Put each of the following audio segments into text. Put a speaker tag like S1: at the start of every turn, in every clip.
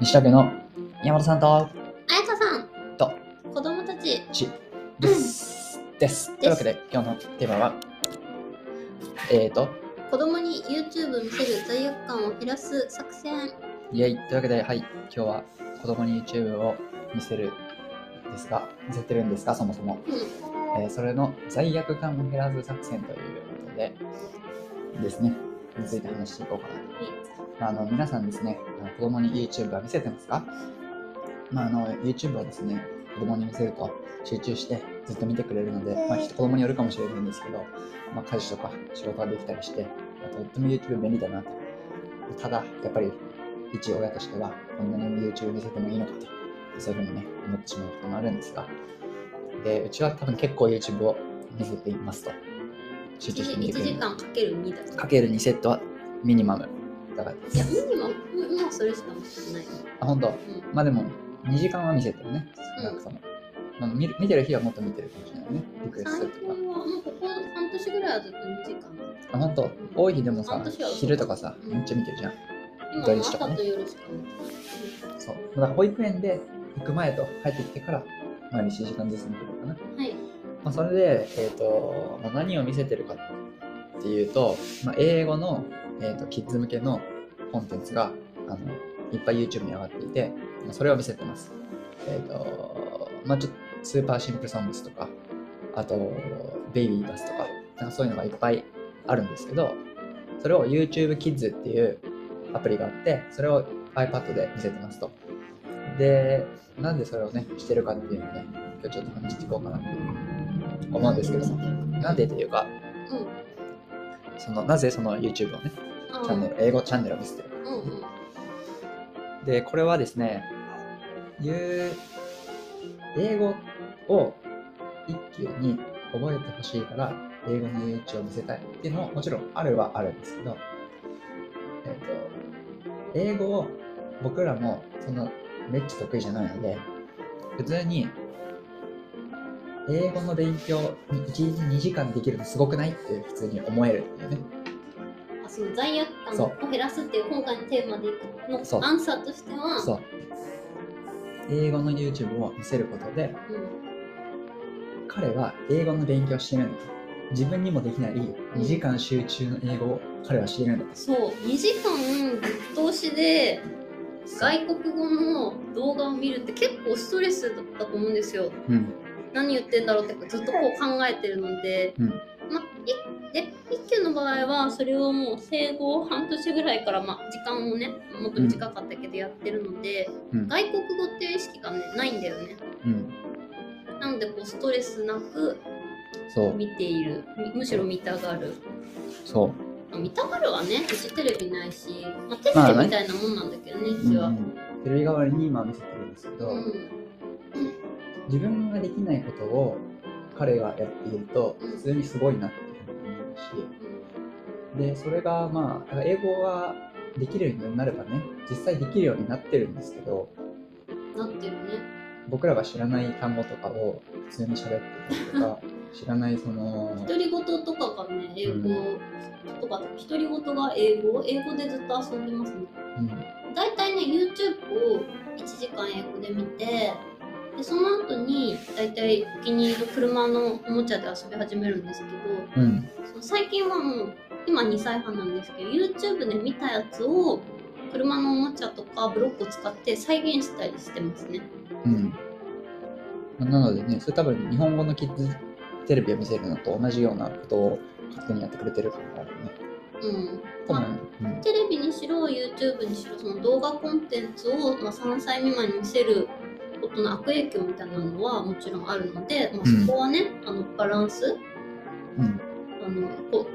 S1: 西田家の山田さんと
S2: あやかさん
S1: と
S2: 子供たち
S1: ちです。です。というわけで、今日のテーマは、えーと、
S2: 子供に YouTube 見せる罪悪感を減らす作戦
S1: イエイ。というわけで、はい、今日は子供に YouTube を見せるですが、見せてるんですか、そもそも。
S2: うん
S1: えーそれの罪悪感を減らす作戦ということで、ですね、について話していこうかなと。まあ、あの皆さんですね、あの子供に YouTube は見せてますか、まあ、あの YouTube はですね、子供に見せると集中してずっと見てくれるので、まあ、きっと子供によるかもしれないんですけど、まあ、家事とか仕事ができたりして、まあとっても YouTube 便利だなと。ただ、やっぱり一親としては、こんなに YouTube 見せてもいいのかと、そういうふうにね、思ってしまうこともあるんですが、で、うちは多分結構 YouTube を見せていますと。集中して見て
S2: 1
S1: くれ
S2: 時
S1: る。
S2: 間かける2だと
S1: かける2セットはミニマム。だから
S2: いやミニマムもうそれしかもしない
S1: あ、本当。
S2: うん
S1: まあでも、2時間は見せてるね、少なくとも。まあ、見る見てる日はもっと見てるかもしれないね、リクエス
S2: 最
S1: トと
S2: 近は
S1: か。
S2: もうここ半年ぐらいはずっと2時間
S1: あ、本当。多い日でも
S2: 半
S1: さ
S2: 年は、
S1: 昼とかさ、
S2: うん
S1: めっちゃ見てるじゃん。
S2: 今
S1: 大
S2: も
S1: 事だからね
S2: 朝と夜しか見て
S1: そう。だから保育園で行く前と帰ってきてから、毎日1時間ずつ見てるかな。
S2: ないはい
S1: まあ、それで、えっとまあ、何を見せてるかっていうと、まあ、英語の、えー、とキッズ向けのコンテンツがあのいっぱい YouTube に上がっていて、まあ、それを見せてます。えっ、と、まあ、ちょっとスーパーシンプルソングスとか、あと、ベイビーバスとか、なんかそういうのがいっぱいあるんですけど、それを YouTube Kids っていうアプリがあって、それを iPad で見せてますと。で、なんでそれをね、してるかっていうのをね、今日ちょっと話していこうかなって思うんですけども、なんでというか、
S2: うん
S1: そのなぜその YouTube をね、
S2: あー
S1: チャンネル、英語チャンネルを見せてるか。
S2: うんうん
S1: で、これはですね、ゆう英語を一級に覚えてほしいから、英語の誘致を見せたいっていうのももちろんあるはあるんですけど、えっ、と、英語を僕らもそんなめっちゃ得意じゃないので、普通に英語の勉強に1日2時間できるのすごくないって普通に思えるっていうね。
S2: あその罪悪感
S1: そう
S2: を減らすっていう今回のテーマでいく
S1: そう
S2: のアンサーとしては
S1: そう。英語の YouTube を見せることで、
S2: うん
S1: 彼は英語の勉強をしてるんだと自分にもできない2時間集中の英語を彼はしているんだと
S2: そう2時間ぶっ通しで外国語の動画を見るって結構ストレスだったと思うんですよ。
S1: うん
S2: 何言ってんだろうってずっとこう考えてるので、
S1: うん
S2: まあ、いで一休の場合はそれをもう生後半年ぐらいから、まあ、時間をねもっと短かったけどやってるので、
S1: うん
S2: 外国語っていう意識が、ね、ないんだよね。
S1: うん
S2: なのでこうストレスなく
S1: そう
S2: 見ているみむしろ見たがる。
S1: そう
S2: まあ見たがるはねうちテレビないし、まあ、テレビみたいなもんなんだけどねうちは。
S1: テレビ代わりに今見せてるんですけど、
S2: うん
S1: 自分ができないことを彼がやっていると
S2: うん
S1: 普通にすごいなっていうふうに思うしでそれがまあだから英語ができるようになればね実際できるようになってるんですけど
S2: なってるね。
S1: 僕らが知らない単語とかを普通に喋ってたりと か知らないその
S2: 独り言とかがね、英語とか、独り言が英語、英語でずっと遊んでますね。
S1: うん
S2: だいたいね、YouTube を1時間英語で見て、でその後にだいたいお気に入りの車のおもちゃで遊び始めるんですけ
S1: うん
S2: ど、その最近はもう、今2歳半なんですけど、YouTube で見たやつを車のおもちゃとかブロックを使って再現したりしてますね。
S1: うん。なのでね、それ多分日本語のキッズテレビを見せるのと同じようなことを勝手にやってくれてる感があるよね。
S2: うん。
S1: 多
S2: まあ
S1: 分、うん、
S2: テレビにしろ YouTube にしろその動画コンテンツを、まあ、3歳未満に見せることの悪影響みたいなのはもちろんあるので、まあ、
S1: うん
S2: そこはね、あのバランス
S1: うん、
S2: あのここ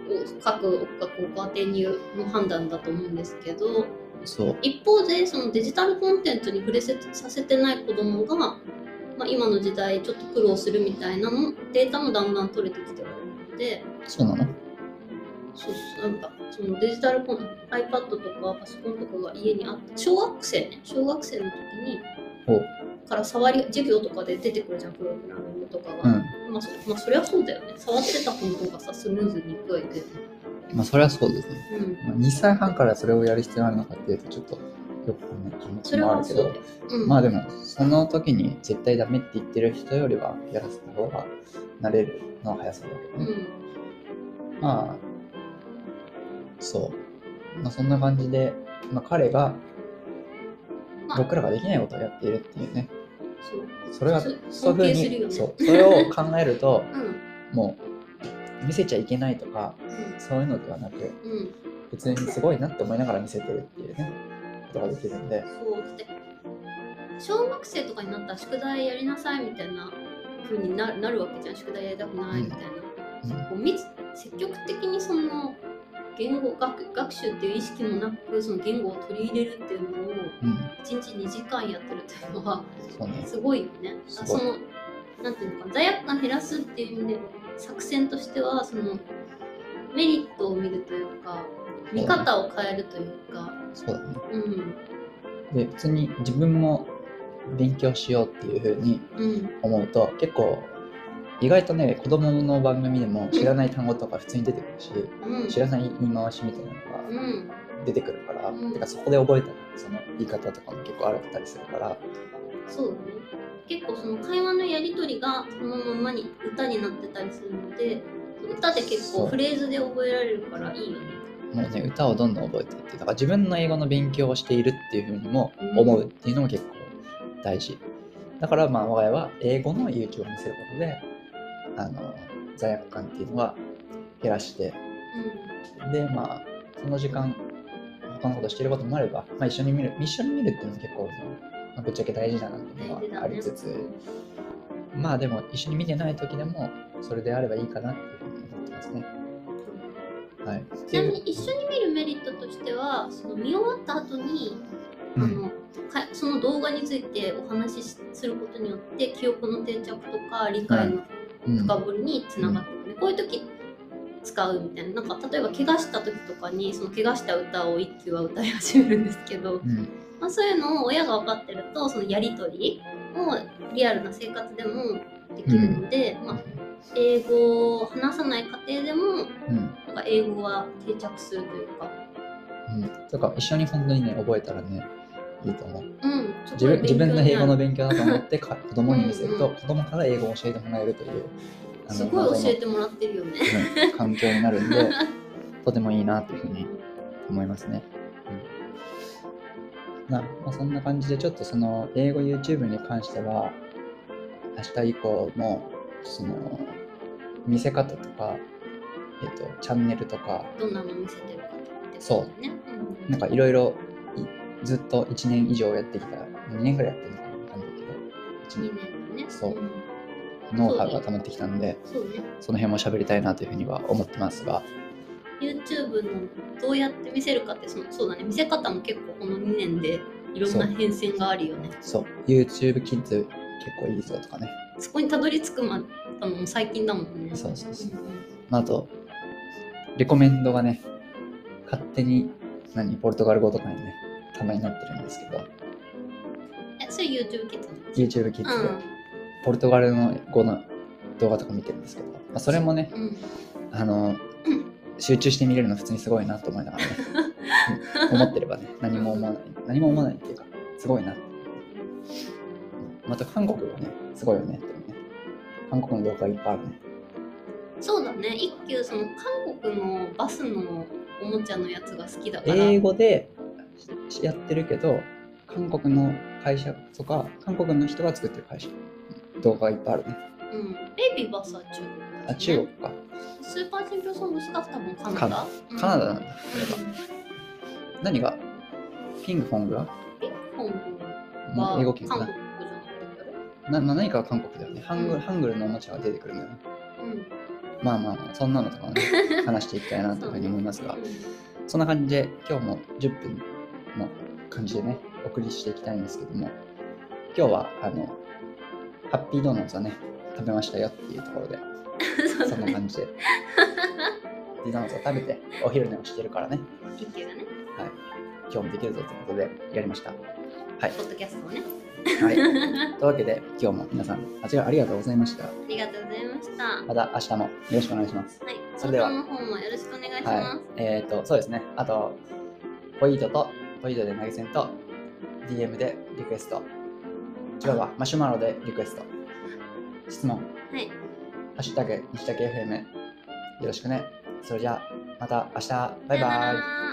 S2: 各各ご家庭にの判断だと思うんですけど
S1: そう。
S2: 一方でそのデジタルコンテンツに触れせさせてない子どもが、まあ、今の時代ちょっと苦労するみたいなのデータもだんだん取れてきてはいるので。
S1: そうなの
S2: そうそうなんかそのデジタルコン iPad とかパソコンとかが家にあって小学生ね小学生の時に
S1: ほ
S2: から触り授業とかで出てくるじゃんプログラミングとか
S1: う
S2: が、
S1: ん。
S2: まあ、そまあそりゃそうだよね触ってた子の方がさスムーズにいくわけで、
S1: まあ、それはそうですね。
S2: うん、
S1: まあ、2歳半からそれをやる必要あるのかっていうと、ちょっとよくこんな気持
S2: そ
S1: ち
S2: れ
S1: もあ
S2: は
S1: るけ
S2: そう
S1: ど
S2: だよ。うん。
S1: まあでもその時に絶対ダメって言ってる人よりはやらせた方が慣れるのは早そうだけ
S2: う
S1: どね、
S2: ん。
S1: まあそう、まあ、そんな感じで、まあ、彼が
S2: まあ
S1: 僕らができないことをやっているっていうね
S2: そう。
S1: それは
S2: そ
S1: そういう
S2: 尊敬する
S1: ふう
S2: よ
S1: に
S2: ね
S1: そうそれを考えると
S2: うん。
S1: もう見せちゃいけないとか
S2: うん
S1: そういうのではなく
S2: うん。
S1: 普通にすごいなって思いながら見せてるっていうねことができるんで
S2: そう。だって、小学生とかになったら宿題やりなさいみたいな風にななるわけじゃん。宿題やりたくないみたいな。こうみ積極的にその言語学学習っていう意識もなくその言語を取り入れるっていうのを
S1: うん、うん、
S2: 1日2時間やってるっていうのは
S1: そうね
S2: すごいよね。
S1: す
S2: そ
S1: ごい
S2: のなんていうのかな罪悪感減らすっていう意味で作戦としてはそのメリットを見るというか見方を変えるというか、
S1: そうだね
S2: うん
S1: で普通に自分も勉強しようっていうふうに
S2: うん
S1: 思うと結構意外とね子供の番組でも知らない単語とか普通に出てくるし
S2: うん
S1: 知らない言い回しみたいなの
S2: う
S1: が
S2: ん
S1: 出てくるから、
S2: うん
S1: てかそこで覚えたその言い方とかも結構あったりするから
S2: そうだね結構その会話のやり取りがそのままに歌になってたりするので歌で結
S1: そう
S2: 構フレーズで覚えられるからいいよね
S1: もうね歌をどんどん覚えていってだから自分の英語の勉強をしているっていうふうにも思うっていうのも結構大事だからまあ我が家は英語の YouTube を見せることであの罪悪感っていうのは減らしてでまあその時間他のことしてることもあれば、まあ、一緒に見る一緒に見るっていうのは結構、まあ、ぶっちゃけ大事だなって
S2: う
S1: いう
S2: ん
S1: の
S2: 大事
S1: は
S2: だ
S1: あ
S2: ね
S1: りつつ、まあでも一緒に見てない時でもそれであればいいかなっていうふうに思ってますね。はい、
S2: ちなみに一緒に見るメリットとしてはその見終わった後に、
S1: う
S2: あ
S1: ん
S2: のかその動画についてお話しすることによって記憶の定着とか理解の
S1: うん
S2: 深掘りにつながってくる、こういう時使うみたいななんか例えば怪我した時とかにその怪我した歌を一級は歌い始めるんですけど、
S1: うん
S2: まあ、そういうのを親が分かってるとそのやり取りをリアルな生活でもできるので、まあ、英語を話さない家庭でも
S1: うん
S2: なんか英語は定着するというか、
S1: うん、とか一緒に本当にね覚えたらねいいと思う
S2: うん、す
S1: 自
S2: ごい
S1: 分自分の英語の
S2: 勉
S1: 勉強だと思って か子供に見せると
S2: うん
S1: 子供から英語を教えてもらえるという
S2: 強にな
S1: あの謎
S2: るすごい教
S1: の
S2: えてもらってるよね。
S1: うん環境になるん でとてもいいなというふうに思いますね。うんまあまあ、そんな感じでちょっとその英語 YouTube に関しては明日以降もその見せ方とか、えっとチャンネルとか
S2: どんなの見せてるかってことだよね。
S1: そう
S2: うん
S1: なんかいろいろいずっと1年以上やってきた2年ぐらいやってるのかなわかんないけど
S2: 二年だね。
S1: そうんノウハウが溜まってきたんで
S2: そうね。
S1: その辺も喋りたいなというふうには思ってますが
S2: YouTube のどうやって見せるかってそのそうだね見せ方も結構この2年でいろんな
S1: そう
S2: 変遷があるよね
S1: そう YouTube キッズ結構いいぞとかね
S2: そこにたどり着くまであの最近だもんね
S1: そうそうそう
S2: うん
S1: まああと、レコメンドがね、勝手に、何、ポルトガル語とかにね、たまになってるんですけ
S2: えそれ YouTube キッズなの
S1: ど、YouTube キッズで、ポルトガルの語の動画とか見てるんですけど、まあ、それもね、
S2: うんうん
S1: あの、集中して見れるの普通にすごいなと思いながらね、うん思ってればね、何も思わない、何も思わないっていうか、すごいなって。うんまた韓国がね、すごいよねっていうね。韓国の動画いっぱいあるね。
S2: そうだね一級その韓国のバスのおもちゃのやつが好きだから
S1: 英語でやってるけど韓国の会社とか韓国の人が作ってる会社動画がいっぱいあるね
S2: うん、ベイビーバスは中国だね
S1: あ中国か
S2: スーパーチャンピオンソングスが多分カナダ
S1: カナ
S2: うん
S1: カナダなんだ
S2: う
S1: それが
S2: ん
S1: 何がピングフォングは
S2: ピンポン
S1: も
S2: は
S1: う英語圏か
S2: 韓
S1: な
S2: 国じゃなかったけど
S1: なな何かは韓国だよねハング
S2: う
S1: ル
S2: ん
S1: ハングルのおもちゃが出てくるんだよね
S2: うん
S1: まあまあまあそんなのとかね話していきたいなというふうに思います がそんな感じで今日も10分の感じでねお送りしていきたいんですけども今日はあのハッピードーナツをね食べましたよっていうところで
S2: そう
S1: そ
S2: だ
S1: んな
S2: ね
S1: 感 じで。ディナーを食べて、お昼寝をしてるからね、
S2: 一級がね
S1: 今日もできるぞということで、やりました。はい。
S2: ポッドキャストをね
S1: はい、とい
S2: あ
S1: うわけで、今日も皆さん、あちらありがとうございました。
S2: りがとうございましたは
S1: また明日もよろしくお願いします。
S2: い
S1: それでは
S2: 相談の方もよろしくお願いします、
S1: はい。えっ、ー、と、そうですね。あと、ポイートと、ポイートで投げ銭と、 DM でリクエスト。違うわ、マシュマロでリクエスト。質問、
S2: はい。
S1: ハッシュタグ、西竹 FM。よろしくね。それじゃあ、また明日。バイバイ。
S2: イ。